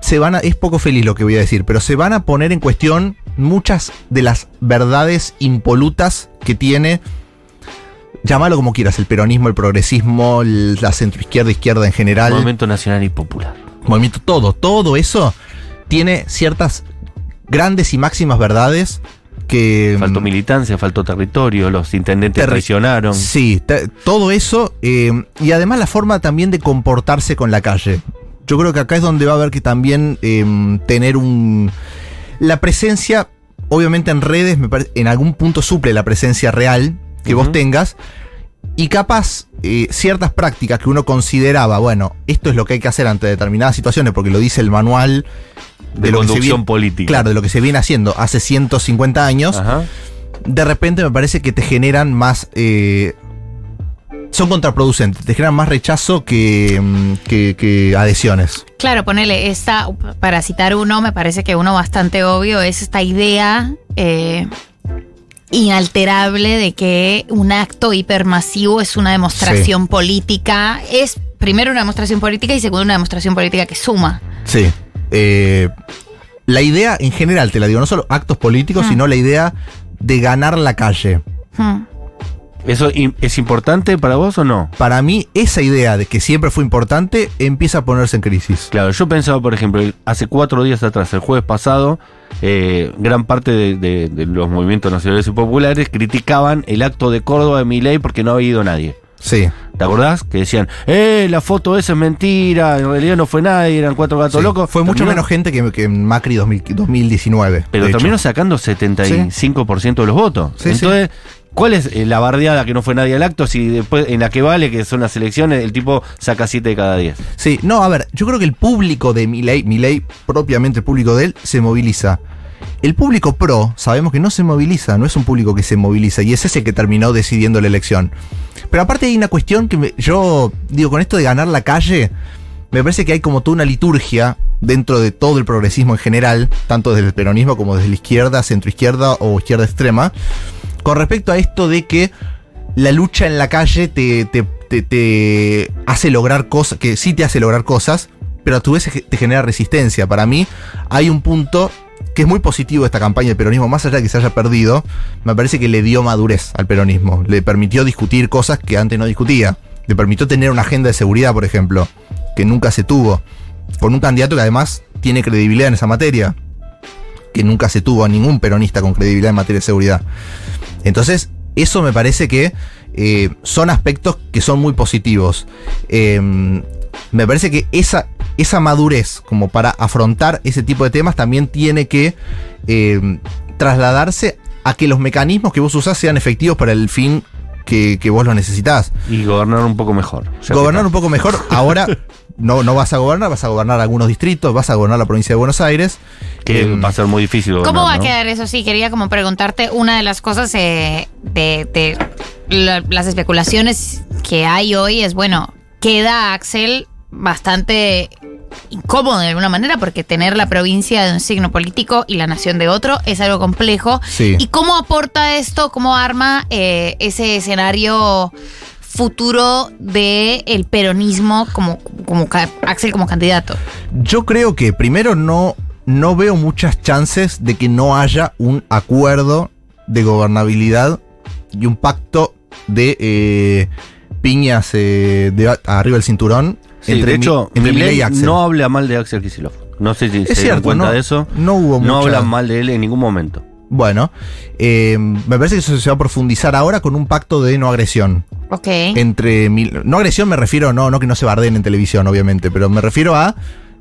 [SPEAKER 3] se van a, es poco feliz lo que voy a decir, pero se van a poner en cuestión muchas de las verdades impolutas que tiene, llámalo como quieras, el peronismo, el progresismo, el- la centroizquierda, izquierda en general,
[SPEAKER 2] Movimiento Nacional y Popular.
[SPEAKER 3] movimiento, todo, todo eso tiene ciertas grandes y máximas verdades que...
[SPEAKER 2] Faltó militancia, faltó territorio, los intendentes
[SPEAKER 3] Em, Terri-
[SPEAKER 2] traicionaron.
[SPEAKER 3] Sí, te- todo eso. eh, y además la forma también de comportarse con la calle. Yo creo que acá es donde va a haber que también eh, tener un. La presencia, obviamente en redes, me pare- en algún punto suple la presencia real que vos
[SPEAKER 2] Ujú.
[SPEAKER 3] tengas. Y capaz, eh, ciertas prácticas que uno consideraba, bueno, esto es lo que hay que hacer ante determinadas situaciones, porque lo dice el manual
[SPEAKER 2] De,
[SPEAKER 3] lo que se
[SPEAKER 2] conducción
[SPEAKER 3] viene-
[SPEAKER 2] política.
[SPEAKER 3] Claro, de lo que se viene haciendo hace 150 años
[SPEAKER 2] Ajá.
[SPEAKER 3] de repente me parece que te generan más. eh, son contraproducentes, te generan más rechazo que, mm, que, que adhesiones.
[SPEAKER 5] Claro, ponele, esta, para citar uno, me parece que uno bastante obvio es esta idea eh, inalterable de que un acto hipermasivo es una demostración política. Es primero una demostración política y segundo una demostración política que suma.
[SPEAKER 3] Sí. Eh, la idea en general, te la digo, no solo actos políticos,
[SPEAKER 5] Mm.
[SPEAKER 3] sino la idea de ganar la calle.
[SPEAKER 5] Hmm.
[SPEAKER 2] ¿Eso im- es importante para vos o no?
[SPEAKER 3] Para mí, esa idea de que siempre fue importante empieza a ponerse en crisis.
[SPEAKER 2] Claro, yo pensaba, por ejemplo, el- hace cuatro días atrás, el jueves pasado, eh, gran parte de, de- de los movimientos nacionales y populares criticaban el acto de Córdoba de Milei porque no había ido nadie.
[SPEAKER 3] Sí.
[SPEAKER 2] ¿Te acordás? Que decían, ¡eh! La foto esa es mentira, en realidad no fue nadie, eran cuatro gatos
[SPEAKER 3] Sí.
[SPEAKER 2] locos.
[SPEAKER 3] Fue mucho
[SPEAKER 2] Terminó-
[SPEAKER 3] menos gente que, que en Macri 2000 2019.
[SPEAKER 2] Pero
[SPEAKER 3] de hecho.
[SPEAKER 2] terminó sacando 75% de los votos.
[SPEAKER 3] Sí, sí.
[SPEAKER 2] Entonces, ¿cuál es eh, la bardeada que no fue nadie al acto si después en la que vale, que son las elecciones, el tipo saca siete de cada 10?
[SPEAKER 3] Sí, no, a ver, yo creo que el público de Milei, Milei, propiamente el público de él, se moviliza. El público pro, sabemos que no se moviliza, no es un público que se moviliza, y es ese que terminó decidiendo la elección. Pero aparte hay una cuestión que me- yo digo, con esto de ganar la calle, me parece que hay como toda una liturgia dentro de todo el progresismo en general, tanto desde el peronismo como desde la izquierda, centroizquierda o izquierda extrema, con respecto a esto de que la lucha en la calle te, te, te, te hace lograr cosas, que sí te hace lograr cosas, pero a tu vez te genera resistencia. Para mí hay un punto que es muy positivo esta campaña del peronismo, más allá de que se haya perdido, me parece que le dio madurez al peronismo, le permitió discutir cosas que antes no discutía, le permitió tener una agenda de seguridad, por ejemplo, que nunca se tuvo, con un candidato que además tiene credibilidad en esa materia, que nunca se tuvo a ningún peronista con credibilidad en materia de seguridad. Entonces, eso me parece que eh, son aspectos que son muy positivos. Eh, me parece que esa, esa madurez como para afrontar ese tipo de temas también tiene que eh, trasladarse a que los mecanismos que vos usás sean efectivos para el fin que, que vos los necesitas.
[SPEAKER 2] Y gobernar un poco mejor. Ya
[SPEAKER 3] Gobernar
[SPEAKER 2] que-
[SPEAKER 3] un poco mejor, ahora no, no vas a gobernar, vas a gobernar algunos distritos, vas a gobernar la provincia de Buenos Aires.
[SPEAKER 2] Que
[SPEAKER 3] Em,
[SPEAKER 2] va a ser muy difícil gobernar,
[SPEAKER 5] ¿Cómo va a
[SPEAKER 2] ¿no?
[SPEAKER 5] quedar eso? Sí, quería como preguntarte una de las cosas eh, de, de la- las especulaciones que hay hoy es, bueno, queda Axel bastante incómodo de alguna manera porque tener la provincia de un signo político y la nación de otro es algo complejo.
[SPEAKER 3] Sí.
[SPEAKER 5] ¿Y cómo aporta esto, cómo arma eh, ese escenario futuro del el peronismo como, como ca- Axel como candidato?
[SPEAKER 3] Yo creo que primero no, no veo muchas chances de que no haya un acuerdo de gobernabilidad y un pacto de eh, piñas eh, de a- arriba del cinturón.
[SPEAKER 2] Sí, de
[SPEAKER 3] Mi-
[SPEAKER 2] hecho,
[SPEAKER 3] entre
[SPEAKER 2] Milei
[SPEAKER 3] Milei y Axel.
[SPEAKER 2] no habla mal de Axel Kicillof. No sé si se
[SPEAKER 3] es
[SPEAKER 2] dieron
[SPEAKER 3] cierto,
[SPEAKER 2] cuenta
[SPEAKER 3] no,
[SPEAKER 2] de eso.
[SPEAKER 3] no hubo
[SPEAKER 2] No
[SPEAKER 3] mucha-
[SPEAKER 2] hablan mal de él en ningún momento.
[SPEAKER 3] Bueno, eh, me parece que eso se va a profundizar ahora con un pacto de no agresión.
[SPEAKER 5] Ok.
[SPEAKER 2] ¿Eh?
[SPEAKER 3] entre mil- no agresión me refiero no no que no se barden en televisión obviamente pero me refiero a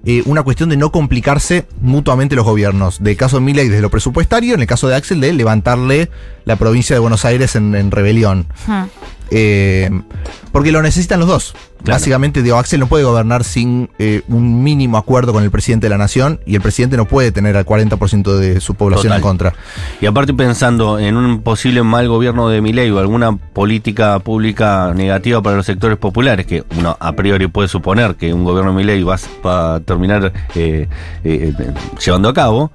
[SPEAKER 3] eh, una cuestión de no complicarse mutuamente los gobiernos del caso de Milei desde lo presupuestario en el caso de Axel de levantarle la provincia de Buenos Aires en, en rebelión
[SPEAKER 5] Ujú.
[SPEAKER 3] Eh, porque lo necesitan los dos
[SPEAKER 2] Claro.
[SPEAKER 3] básicamente digo Axel no puede gobernar sin eh, un mínimo acuerdo con el presidente de la nación y el presidente no puede tener al 40% de su población
[SPEAKER 2] Total.
[SPEAKER 3] en contra
[SPEAKER 2] Y aparte pensando en un posible mal gobierno de Milei o alguna política pública negativa para los sectores populares, que uno a priori puede suponer que un gobierno de Milei va, a s- va a terminar eh, eh, eh, llevando a cabo,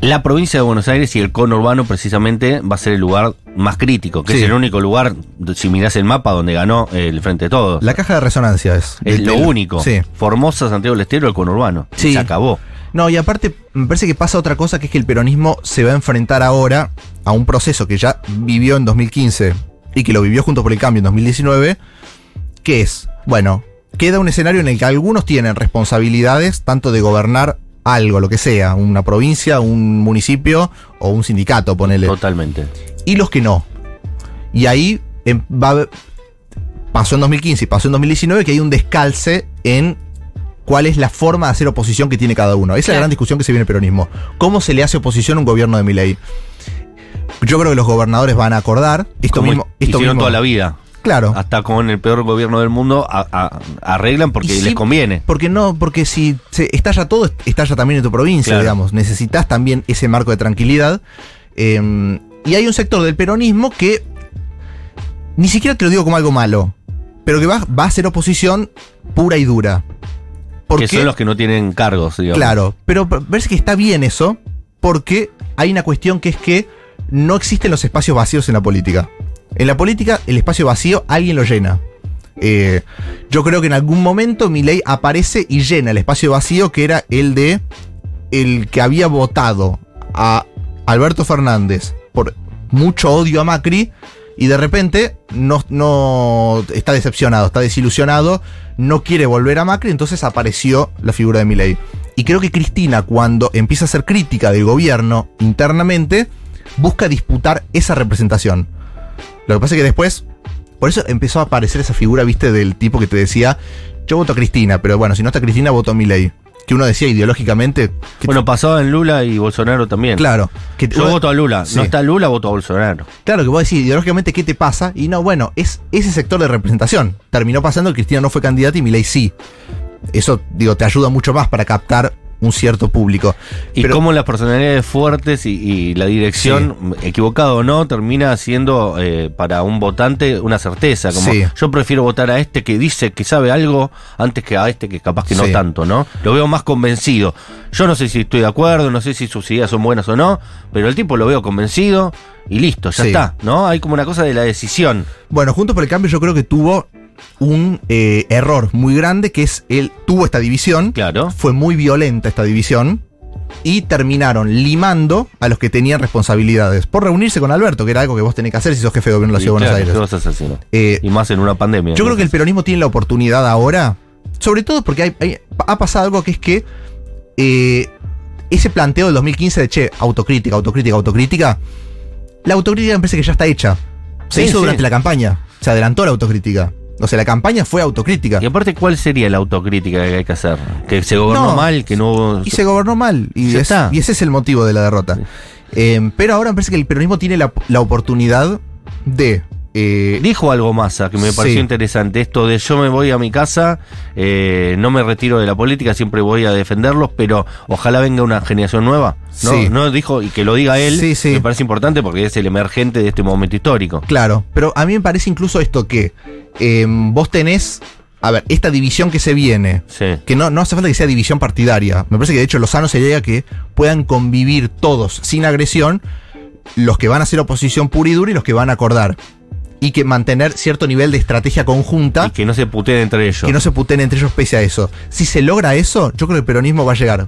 [SPEAKER 2] la provincia de Buenos Aires y el conurbano precisamente va a ser el lugar más crítico, que
[SPEAKER 3] Sí.
[SPEAKER 2] es el único lugar, si mirás el mapa, donde ganó eh, el Frente de Todos.
[SPEAKER 3] la caja de resonancia es
[SPEAKER 2] es
[SPEAKER 3] de-
[SPEAKER 2] lo
[SPEAKER 3] de-
[SPEAKER 2] único.
[SPEAKER 3] sí
[SPEAKER 2] Formosa, Santiago del Estero, el conurbano.
[SPEAKER 3] Sí.
[SPEAKER 2] Se acabó.
[SPEAKER 3] No, y aparte me parece que pasa otra cosa que es que el peronismo se va a enfrentar ahora a un proceso que ya vivió en 2015 y que lo vivió junto por el cambio en 2019, que es, bueno, queda un escenario en el que algunos tienen responsabilidades tanto de gobernar algo, lo que sea, una provincia, un municipio o un sindicato, ponele
[SPEAKER 2] Totalmente.
[SPEAKER 3] y los que no. Y ahí em, va a haber- pasó en 2015 y pasó en 2019 que hay un descalce en cuál es la forma de hacer oposición que tiene cada uno. Esa es la
[SPEAKER 5] Claro.
[SPEAKER 3] gran discusión que se viene en el peronismo. ¿Cómo se le hace oposición a un gobierno de Milei? Yo creo que los gobernadores van a acordar esto
[SPEAKER 2] Como
[SPEAKER 3] mismo. Esto
[SPEAKER 2] hicieron
[SPEAKER 3] mismo.
[SPEAKER 2] toda la vida.
[SPEAKER 3] Claro.
[SPEAKER 2] Hasta con el peor gobierno del mundo a- a- arreglan porque
[SPEAKER 3] Y sí,
[SPEAKER 2] les conviene.
[SPEAKER 3] Porque no, porque si se estalla todo, estalla también en tu provincia,
[SPEAKER 2] Claro.
[SPEAKER 3] digamos. Necesitas también ese marco de tranquilidad. Eh, y hay un sector del peronismo que ni siquiera te lo digo como algo malo, pero que va, va a ser oposición pura y dura.
[SPEAKER 2] que son los que no tienen cargos, digamos.
[SPEAKER 3] Claro, pero p- parece que está bien eso, porque hay una cuestión que es que no existen los espacios vacíos en la política. En la política, el espacio vacío alguien lo llena. Eh, yo creo que en algún momento Milei aparece y llena el espacio vacío que era el de el que había votado a Alberto Fernández por mucho odio a Macri y de repente no, no está decepcionado, está desilusionado, no quiere volver a Macri, entonces apareció la figura de Milei. Y creo que Cristina, cuando empieza a ser crítica del gobierno internamente, busca disputar esa representación. Lo que pasa es que después, por eso empezó a aparecer esa figura, viste, del tipo que te decía, yo voto a Cristina, pero bueno, si no está Cristina, voto a Milei. Que uno decía ideológicamente... que-
[SPEAKER 2] Bueno, pasaba en Lula y Bolsonaro también.
[SPEAKER 3] claro. Que
[SPEAKER 2] Yo voto a Lula.
[SPEAKER 3] Sí.
[SPEAKER 2] No está Lula, voto a Bolsonaro.
[SPEAKER 3] Claro, que vos decís ideológicamente qué te pasa. Y no, bueno, es ese sector de representación. Terminó pasando que Cristina no fue candidata y Milei sí. Eso, digo, te ayuda mucho más para captar un cierto público.
[SPEAKER 2] Y
[SPEAKER 3] Pero-
[SPEAKER 2] cómo las personalidades fuertes y, y la dirección, equivocada o no, termina siendo eh, para un votante una certeza. Como
[SPEAKER 3] Sí.
[SPEAKER 2] yo prefiero votar a este que dice que sabe algo antes que a este que capaz que no
[SPEAKER 3] Sí.
[SPEAKER 2] tanto, ¿no? Lo veo más convencido. Yo no sé si estoy de acuerdo, no sé si sus ideas son buenas o no, pero el tipo lo veo convencido y listo, ya
[SPEAKER 3] Sí.
[SPEAKER 2] está, ¿no? Hay como una cosa de la decisión.
[SPEAKER 3] Bueno, Juntos por el Cambio yo creo que tuvo un eh, error muy grande, que es él tuvo esta división,
[SPEAKER 2] Claro.
[SPEAKER 3] fue muy violenta esta división, y terminaron limando a los que tenían responsabilidades por reunirse con Alberto, que era algo que vos tenés que hacer si sos jefe de gobierno de
[SPEAKER 2] Y
[SPEAKER 3] la Ciudad de
[SPEAKER 2] claro,
[SPEAKER 3] Buenos
[SPEAKER 2] ¿qué vas
[SPEAKER 3] Aires.
[SPEAKER 2] a hacer si no?
[SPEAKER 3] Eh,
[SPEAKER 2] Y más en una pandemia.
[SPEAKER 3] yo
[SPEAKER 2] ¿no?
[SPEAKER 3] creo que el peronismo tiene la oportunidad ahora, sobre todo porque hay- hay- ha pasado algo que es que eh, ese planteo del 2015 de, che, autocrítica, autocrítica, autocrítica, la autocrítica me parece que ya está hecha. Se
[SPEAKER 2] Sí,
[SPEAKER 3] hizo
[SPEAKER 2] sí.
[SPEAKER 3] durante la campaña, se adelantó la autocrítica. O sea, la campaña fue autocrítica.
[SPEAKER 2] Y aparte, ¿cuál sería la autocrítica que hay que hacer? Que se gobernó
[SPEAKER 3] No.
[SPEAKER 2] mal, que no hubo...
[SPEAKER 3] Y se gobernó mal. Y,
[SPEAKER 2] Ya
[SPEAKER 3] es-
[SPEAKER 2] está.
[SPEAKER 3] y ese es el motivo de la derrota. Eh, pero ahora me parece que el peronismo tiene la, la oportunidad de... eh,
[SPEAKER 2] Dijo algo Massa que me pareció
[SPEAKER 3] Sí.
[SPEAKER 2] interesante, esto de yo me voy a mi casa, eh, no me retiro de la política, siempre voy a defenderlos, pero ojalá venga una generación nueva. No,
[SPEAKER 3] Sí.
[SPEAKER 2] no dijo, y que lo diga él,
[SPEAKER 3] Sí, sí.
[SPEAKER 2] me parece importante porque es el emergente de este momento histórico.
[SPEAKER 3] Claro, pero a mí me parece incluso esto que em, vos tenés, a ver, esta división que se viene,
[SPEAKER 2] Sí.
[SPEAKER 3] que no, no hace falta que sea división partidaria, me parece que de hecho lo sano sería que puedan convivir todos sin agresión, los que van a ser oposición pura y dura y los que van a acordar, y que mantener cierto nivel de estrategia conjunta.
[SPEAKER 2] Y que no se puteen entre ellos.
[SPEAKER 3] Que
[SPEAKER 2] Que,
[SPEAKER 3] no se puten entre ellos pese a eso. Si se logra eso, yo creo que el peronismo va a llegar.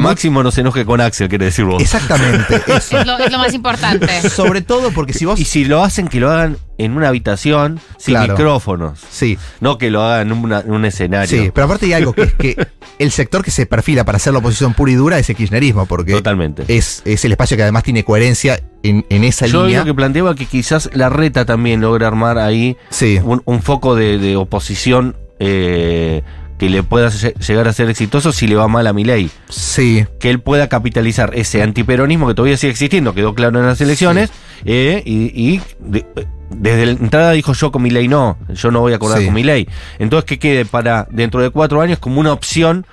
[SPEAKER 2] Máximo no se enoje con Axel, quiere decir vos.
[SPEAKER 3] Exactamente, eso.
[SPEAKER 5] Es lo, es lo más importante.
[SPEAKER 3] Sobre todo porque si vos...
[SPEAKER 2] Y si lo hacen, que lo hagan en una habitación sin
[SPEAKER 3] Claro.
[SPEAKER 2] micrófonos.
[SPEAKER 3] Sí.
[SPEAKER 2] No que lo hagan en, una- en un escenario.
[SPEAKER 3] Sí, pero aparte hay algo que es que el sector que se perfila para hacer la oposición pura y dura es el kirchnerismo, porque
[SPEAKER 2] Totalmente.
[SPEAKER 3] es, es el espacio que además tiene coherencia en, en esa
[SPEAKER 2] Yo
[SPEAKER 3] línea.
[SPEAKER 2] lo que planteaba que quizás la reta también logra armar ahí
[SPEAKER 3] Sí,
[SPEAKER 2] un, un foco de, de oposición eh, que le pueda lle- llegar a ser exitoso si le va mal a Milei.
[SPEAKER 3] sí.
[SPEAKER 2] Que él pueda capitalizar ese antiperonismo que todavía sigue existiendo, quedó claro en las elecciones, eh, y, y de- desde la entrada dijo yo con Milei no, yo no voy a acordar
[SPEAKER 3] Sí.
[SPEAKER 2] con Milei. Entonces que quede para dentro de cuatro años como una opción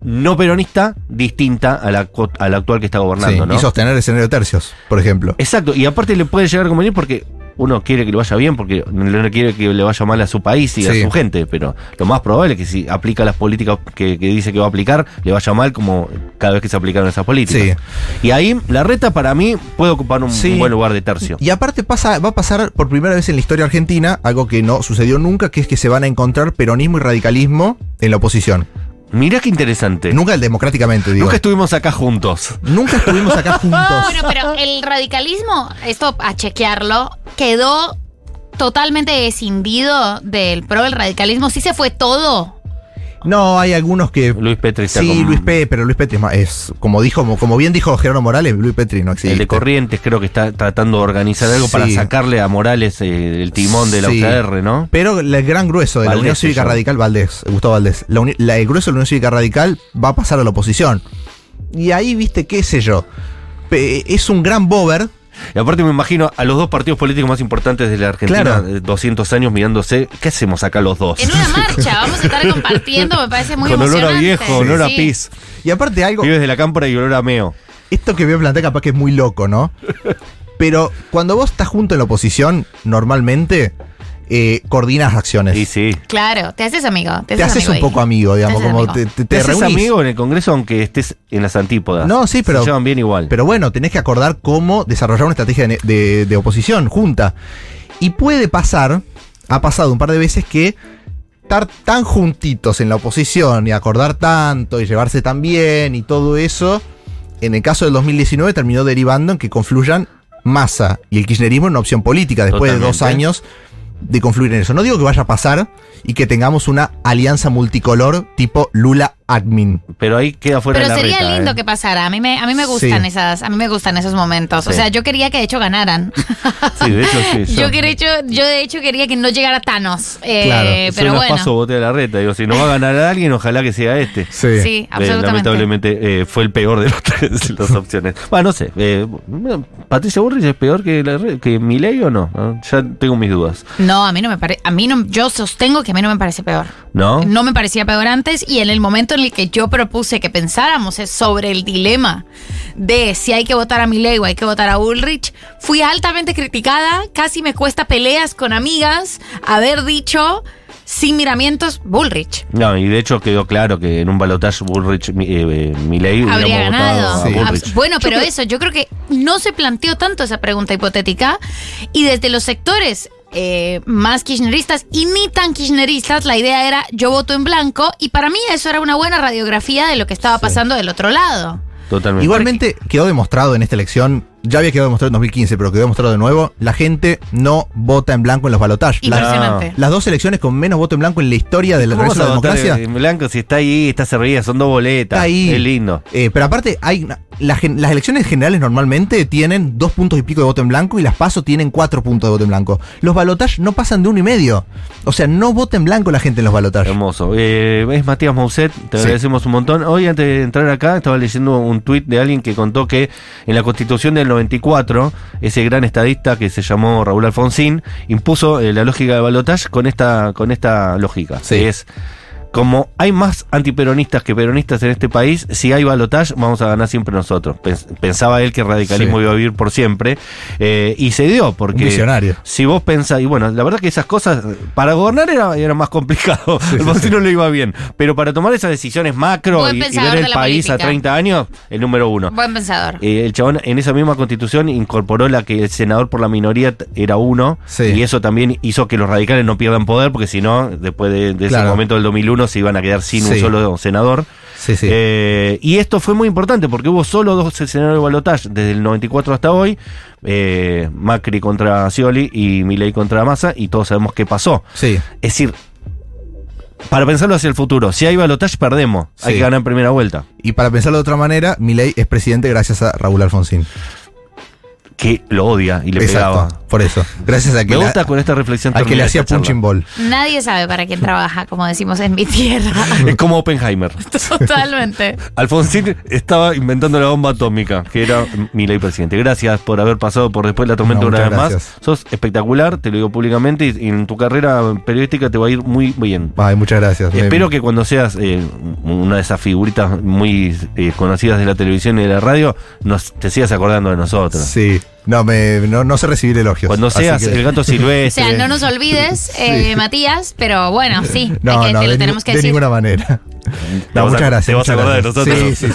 [SPEAKER 2] no peronista distinta a la, cu- a la actual que está gobernando.
[SPEAKER 3] sí.
[SPEAKER 2] ¿no?
[SPEAKER 3] Y sostener el escenario de tercios, por ejemplo.
[SPEAKER 2] Exacto, y aparte le puede llegar a convenir porque uno quiere que le vaya bien, porque no no quiere que le vaya mal a su país y
[SPEAKER 3] Sí.
[SPEAKER 2] a su gente, pero lo más probable es que si aplica las políticas que, que dice que va a aplicar, le vaya mal como cada vez que se aplicaron esas políticas. Y ahí la reta para mí puede ocupar un,
[SPEAKER 3] Sí.
[SPEAKER 2] un buen lugar de tercio.
[SPEAKER 3] Y aparte pasa, va a pasar por primera vez en la historia argentina algo que no sucedió nunca, que es que se van a encontrar peronismo y radicalismo en la oposición.
[SPEAKER 2] Mirá qué interesante. Nunca,
[SPEAKER 3] Nunca el democráticamente, digo. Nunca,
[SPEAKER 2] estuvimos acá juntos.
[SPEAKER 3] estuvimos acá juntos.
[SPEAKER 5] Bueno, pero el radicalismo, esto a chequearlo, quedó totalmente descindido del pro del radicalismo. Sí se fue todo.
[SPEAKER 3] No, hay algunos que...
[SPEAKER 2] Luis Petri está
[SPEAKER 3] Sí,
[SPEAKER 2] con-
[SPEAKER 3] Luis P, pero Luis Petri es, más- es como dijo, como, como bien dijo Gerardo Morales, Luis Petri no existe.
[SPEAKER 2] El de Corrientes creo que está tratando de organizar algo para
[SPEAKER 3] Sí.
[SPEAKER 2] sacarle a Morales eh, el timón de la
[SPEAKER 3] Sí.
[SPEAKER 2] UCR, ¿no?
[SPEAKER 3] Pero el gran grueso de la
[SPEAKER 2] Valdés
[SPEAKER 3] Unión
[SPEAKER 2] se
[SPEAKER 3] Cívica
[SPEAKER 2] llama.
[SPEAKER 3] Radical, Valdés, Gustavo Valdés, la uni- la- el grueso de la Unión Cívica Radical va a pasar a la oposición. Y ahí, viste, qué sé yo. Pe- es un gran bober.
[SPEAKER 2] Y aparte me imagino a los dos partidos políticos más importantes de la Argentina,
[SPEAKER 3] Claro.
[SPEAKER 2] de 200 años mirándose, ¿qué hacemos acá los dos?
[SPEAKER 5] En una marcha, vamos a estar compartiendo, me parece muy
[SPEAKER 2] Con olor
[SPEAKER 5] emocionante.
[SPEAKER 2] a viejo, olor a
[SPEAKER 5] Sí.
[SPEAKER 2] pis,
[SPEAKER 3] Y aparte algo,
[SPEAKER 2] vives de la cámpora y olor a meo.
[SPEAKER 3] esto que voy a plantear capaz que es muy loco, ¿no? Pero cuando vos estás junto en la oposición, normalmente eh, coordinas acciones.
[SPEAKER 2] Y sí.
[SPEAKER 5] Claro, te haces amigo. Te,
[SPEAKER 3] te haces
[SPEAKER 5] amigo
[SPEAKER 3] un
[SPEAKER 5] ahí.
[SPEAKER 3] poco amigo, digamos,
[SPEAKER 5] haces
[SPEAKER 3] como
[SPEAKER 5] amigo.
[SPEAKER 3] te, te,
[SPEAKER 2] Te,
[SPEAKER 3] te
[SPEAKER 2] haces
[SPEAKER 3] reunís.
[SPEAKER 2] amigo en el Congreso aunque estés en las antípodas.
[SPEAKER 3] No, sí, pero-
[SPEAKER 2] Se llevan bien igual.
[SPEAKER 3] Pero bueno, tenés que acordar cómo desarrollar una estrategia de, de- de oposición junta. Y puede pasar, ha pasado un par de veces que estar tan juntitos en la oposición y acordar tanto y llevarse tan bien y todo eso, en el caso del 2019 terminó derivando en que confluyan masa y el kirchnerismo en una opción política después de dos
[SPEAKER 2] Totalmente.
[SPEAKER 3] años de confluir en eso. No digo que vaya a pasar y que tengamos una alianza multicolor tipo Lula admin.
[SPEAKER 2] Pero ahí queda fuera
[SPEAKER 5] Pero
[SPEAKER 2] la
[SPEAKER 5] sería
[SPEAKER 2] reta,
[SPEAKER 5] lindo
[SPEAKER 2] ¿eh?
[SPEAKER 5] que pasara. A mí me, a mí me gustan
[SPEAKER 3] Sí.
[SPEAKER 5] esas, a mí me gustan esos momentos. O
[SPEAKER 2] Sí.
[SPEAKER 5] sea, yo quería que de hecho ganaran.
[SPEAKER 2] Sí, de hecho sí.
[SPEAKER 5] yo, quería- yo, yo de hecho quería que no llegara Thanos. Eh,
[SPEAKER 3] Claro,
[SPEAKER 5] pero bueno.
[SPEAKER 2] paso bote a la reta. Digo, si no va a ganar a alguien, ojalá que sea este.
[SPEAKER 5] Sí,
[SPEAKER 2] Eh,
[SPEAKER 5] absolutamente.
[SPEAKER 2] lamentablemente eh, fue el peor de los tres, las opciones. Bueno, no sé. eh, ¿Patricia Burris es peor que, la, re- que Milei o no? Ah, Ya tengo mis dudas.
[SPEAKER 5] No, a mí no me parece. A mí no, yo sostengo que a mí no me parece peor.
[SPEAKER 2] ¿No?
[SPEAKER 5] No me parecía peor antes y en el momento momento en el que yo propuse que pensáramos es sobre el dilema de si hay que votar a Milei o hay que votar a Ulrich, fui altamente criticada, casi me cuesta peleas con amigas haber dicho sin miramientos Bullrich.
[SPEAKER 2] No, y de hecho quedó claro que en un balotaje Bullrich, mi, eh, Milei
[SPEAKER 5] Habría
[SPEAKER 2] hubiéramos
[SPEAKER 5] ganado.
[SPEAKER 2] votado a
[SPEAKER 3] Sí.
[SPEAKER 2] Bullrich.
[SPEAKER 5] Abs- Bueno, pero eso, yo creo que no se planteó tanto esa pregunta hipotética y desde los sectores eh, más kirchneristas y ni tan kirchneristas, la idea era yo voto en blanco y para mí eso era una buena radiografía de lo que estaba pasando del otro lado.
[SPEAKER 2] Totalmente.
[SPEAKER 3] Igualmente quedó demostrado en esta elección, ya había quedado demostrado en 2015, pero quedó demostrado de nuevo, la gente no vota en blanco en los balotajes. Las,
[SPEAKER 5] Impresionante.
[SPEAKER 3] las dos elecciones con menos voto en blanco en la historia de la,
[SPEAKER 2] Ah. ¿Cómo
[SPEAKER 3] regreso
[SPEAKER 2] vas
[SPEAKER 3] de
[SPEAKER 2] a
[SPEAKER 3] la
[SPEAKER 2] votar
[SPEAKER 3] democracia.
[SPEAKER 2] en blanco si está ahí, está servida, son dos boletas.
[SPEAKER 3] Está ahí.
[SPEAKER 2] Es lindo.
[SPEAKER 3] Eh, pero aparte, hay una- la gen- las elecciones generales normalmente tienen dos puntos y pico de voto en blanco y las PASO tienen cuatro puntos de voto en blanco. Los balotajes no pasan de uno y medio. O sea, no vota en blanco la gente en los balotajes.
[SPEAKER 2] Hermoso. Eh, es Matías Mousset, te
[SPEAKER 3] Sí.
[SPEAKER 2] agradecemos un montón. Hoy antes de entrar acá estaba leyendo un tuit de alguien que contó que en la constitución del 94, ese gran estadista que se llamó Raúl Alfonsín, impuso eh, la lógica de balotage con esta, con esta lógica.
[SPEAKER 3] Sí.
[SPEAKER 2] que es como hay más antiperonistas que peronistas en este país, si hay balotage vamos a ganar siempre nosotros. Pens- Pensaba él que el radicalismo
[SPEAKER 3] Sí.
[SPEAKER 2] iba a vivir por siempre. eh, y se dio, porque...
[SPEAKER 3] Un visionario.
[SPEAKER 2] Si vos pensás, y bueno, la verdad que esas cosas, para gobernar era, era más complicado, Alfonsín no le iba bien, pero para tomar esas decisiones macro
[SPEAKER 5] Buen
[SPEAKER 2] y, y
[SPEAKER 5] pensador
[SPEAKER 2] ver
[SPEAKER 5] de
[SPEAKER 2] el
[SPEAKER 5] la
[SPEAKER 2] país a
[SPEAKER 5] política.
[SPEAKER 2] 30 años, el número uno.
[SPEAKER 5] Buen pensador.
[SPEAKER 2] Eh, el chabón en esa misma constitución incorporó la que el senador por la minoría t- era uno,
[SPEAKER 3] Sí.
[SPEAKER 2] y eso también hizo que los radicales no pierdan poder, porque si no, después de, de ese
[SPEAKER 3] Claro.
[SPEAKER 2] momento del 2001 se iban a quedar sin un
[SPEAKER 3] Sí.
[SPEAKER 2] solo senador.
[SPEAKER 3] Sí, sí.
[SPEAKER 2] Eh, y esto fue muy importante porque hubo solo dos escenarios de balotaje desde el 94 hasta hoy. eh, Macri contra Scioli y Milei contra Massa y todos sabemos qué pasó.
[SPEAKER 3] sí.
[SPEAKER 2] Es decir, para pensarlo hacia el futuro, si hay balotaje perdemos, hay
[SPEAKER 3] Sí.
[SPEAKER 2] que ganar en primera vuelta.
[SPEAKER 3] Y para pensarlo de otra manera, Milei es presidente gracias a Raúl Alfonsín.
[SPEAKER 2] Que lo odia y le
[SPEAKER 3] Exacto,
[SPEAKER 2] pegaba.
[SPEAKER 3] por eso. Gracias a que,
[SPEAKER 2] Me
[SPEAKER 3] la-
[SPEAKER 2] gusta con esta reflexión
[SPEAKER 3] al que le
[SPEAKER 2] terminar
[SPEAKER 3] hacía
[SPEAKER 2] esta charla.
[SPEAKER 3] punching ball.
[SPEAKER 5] Nadie sabe para quién trabaja, como decimos en mi tierra.
[SPEAKER 2] Es como Oppenheimer.
[SPEAKER 5] Totalmente.
[SPEAKER 2] Alfonsín estaba inventando la bomba atómica, que era mi ley presidente. Gracias por haber pasado por después la tormenta
[SPEAKER 3] No,
[SPEAKER 2] una
[SPEAKER 3] muchas
[SPEAKER 2] vez más.
[SPEAKER 3] gracias.
[SPEAKER 2] Sos espectacular, te lo digo públicamente, y, y en tu carrera periodística te va a ir muy bien.
[SPEAKER 3] Ay, muchas gracias. Me-
[SPEAKER 2] Espero que cuando seas eh, una de esas figuritas muy eh, conocidas de la televisión y de la radio, nos, te sigas acordando de nosotros.
[SPEAKER 3] Sí. No, me, no, no sé recibir elogios.
[SPEAKER 2] Cuando
[SPEAKER 3] Así
[SPEAKER 2] seas
[SPEAKER 3] que-
[SPEAKER 2] el gato
[SPEAKER 5] O sea,
[SPEAKER 3] Este,
[SPEAKER 2] silvestre.
[SPEAKER 5] no nos olvides, eh, Matías, pero bueno, sí, hay
[SPEAKER 3] No,
[SPEAKER 5] que-
[SPEAKER 3] no,
[SPEAKER 5] te
[SPEAKER 3] de,
[SPEAKER 5] lo
[SPEAKER 3] ni-
[SPEAKER 5] tenemos que
[SPEAKER 3] de
[SPEAKER 5] decir.
[SPEAKER 3] ninguna manera.
[SPEAKER 2] Te vas a-
[SPEAKER 3] No, muchas gracias.
[SPEAKER 2] te vas a
[SPEAKER 3] muchas
[SPEAKER 2] acordar de
[SPEAKER 3] gracias.
[SPEAKER 2] nosotros.
[SPEAKER 3] Sí, sí,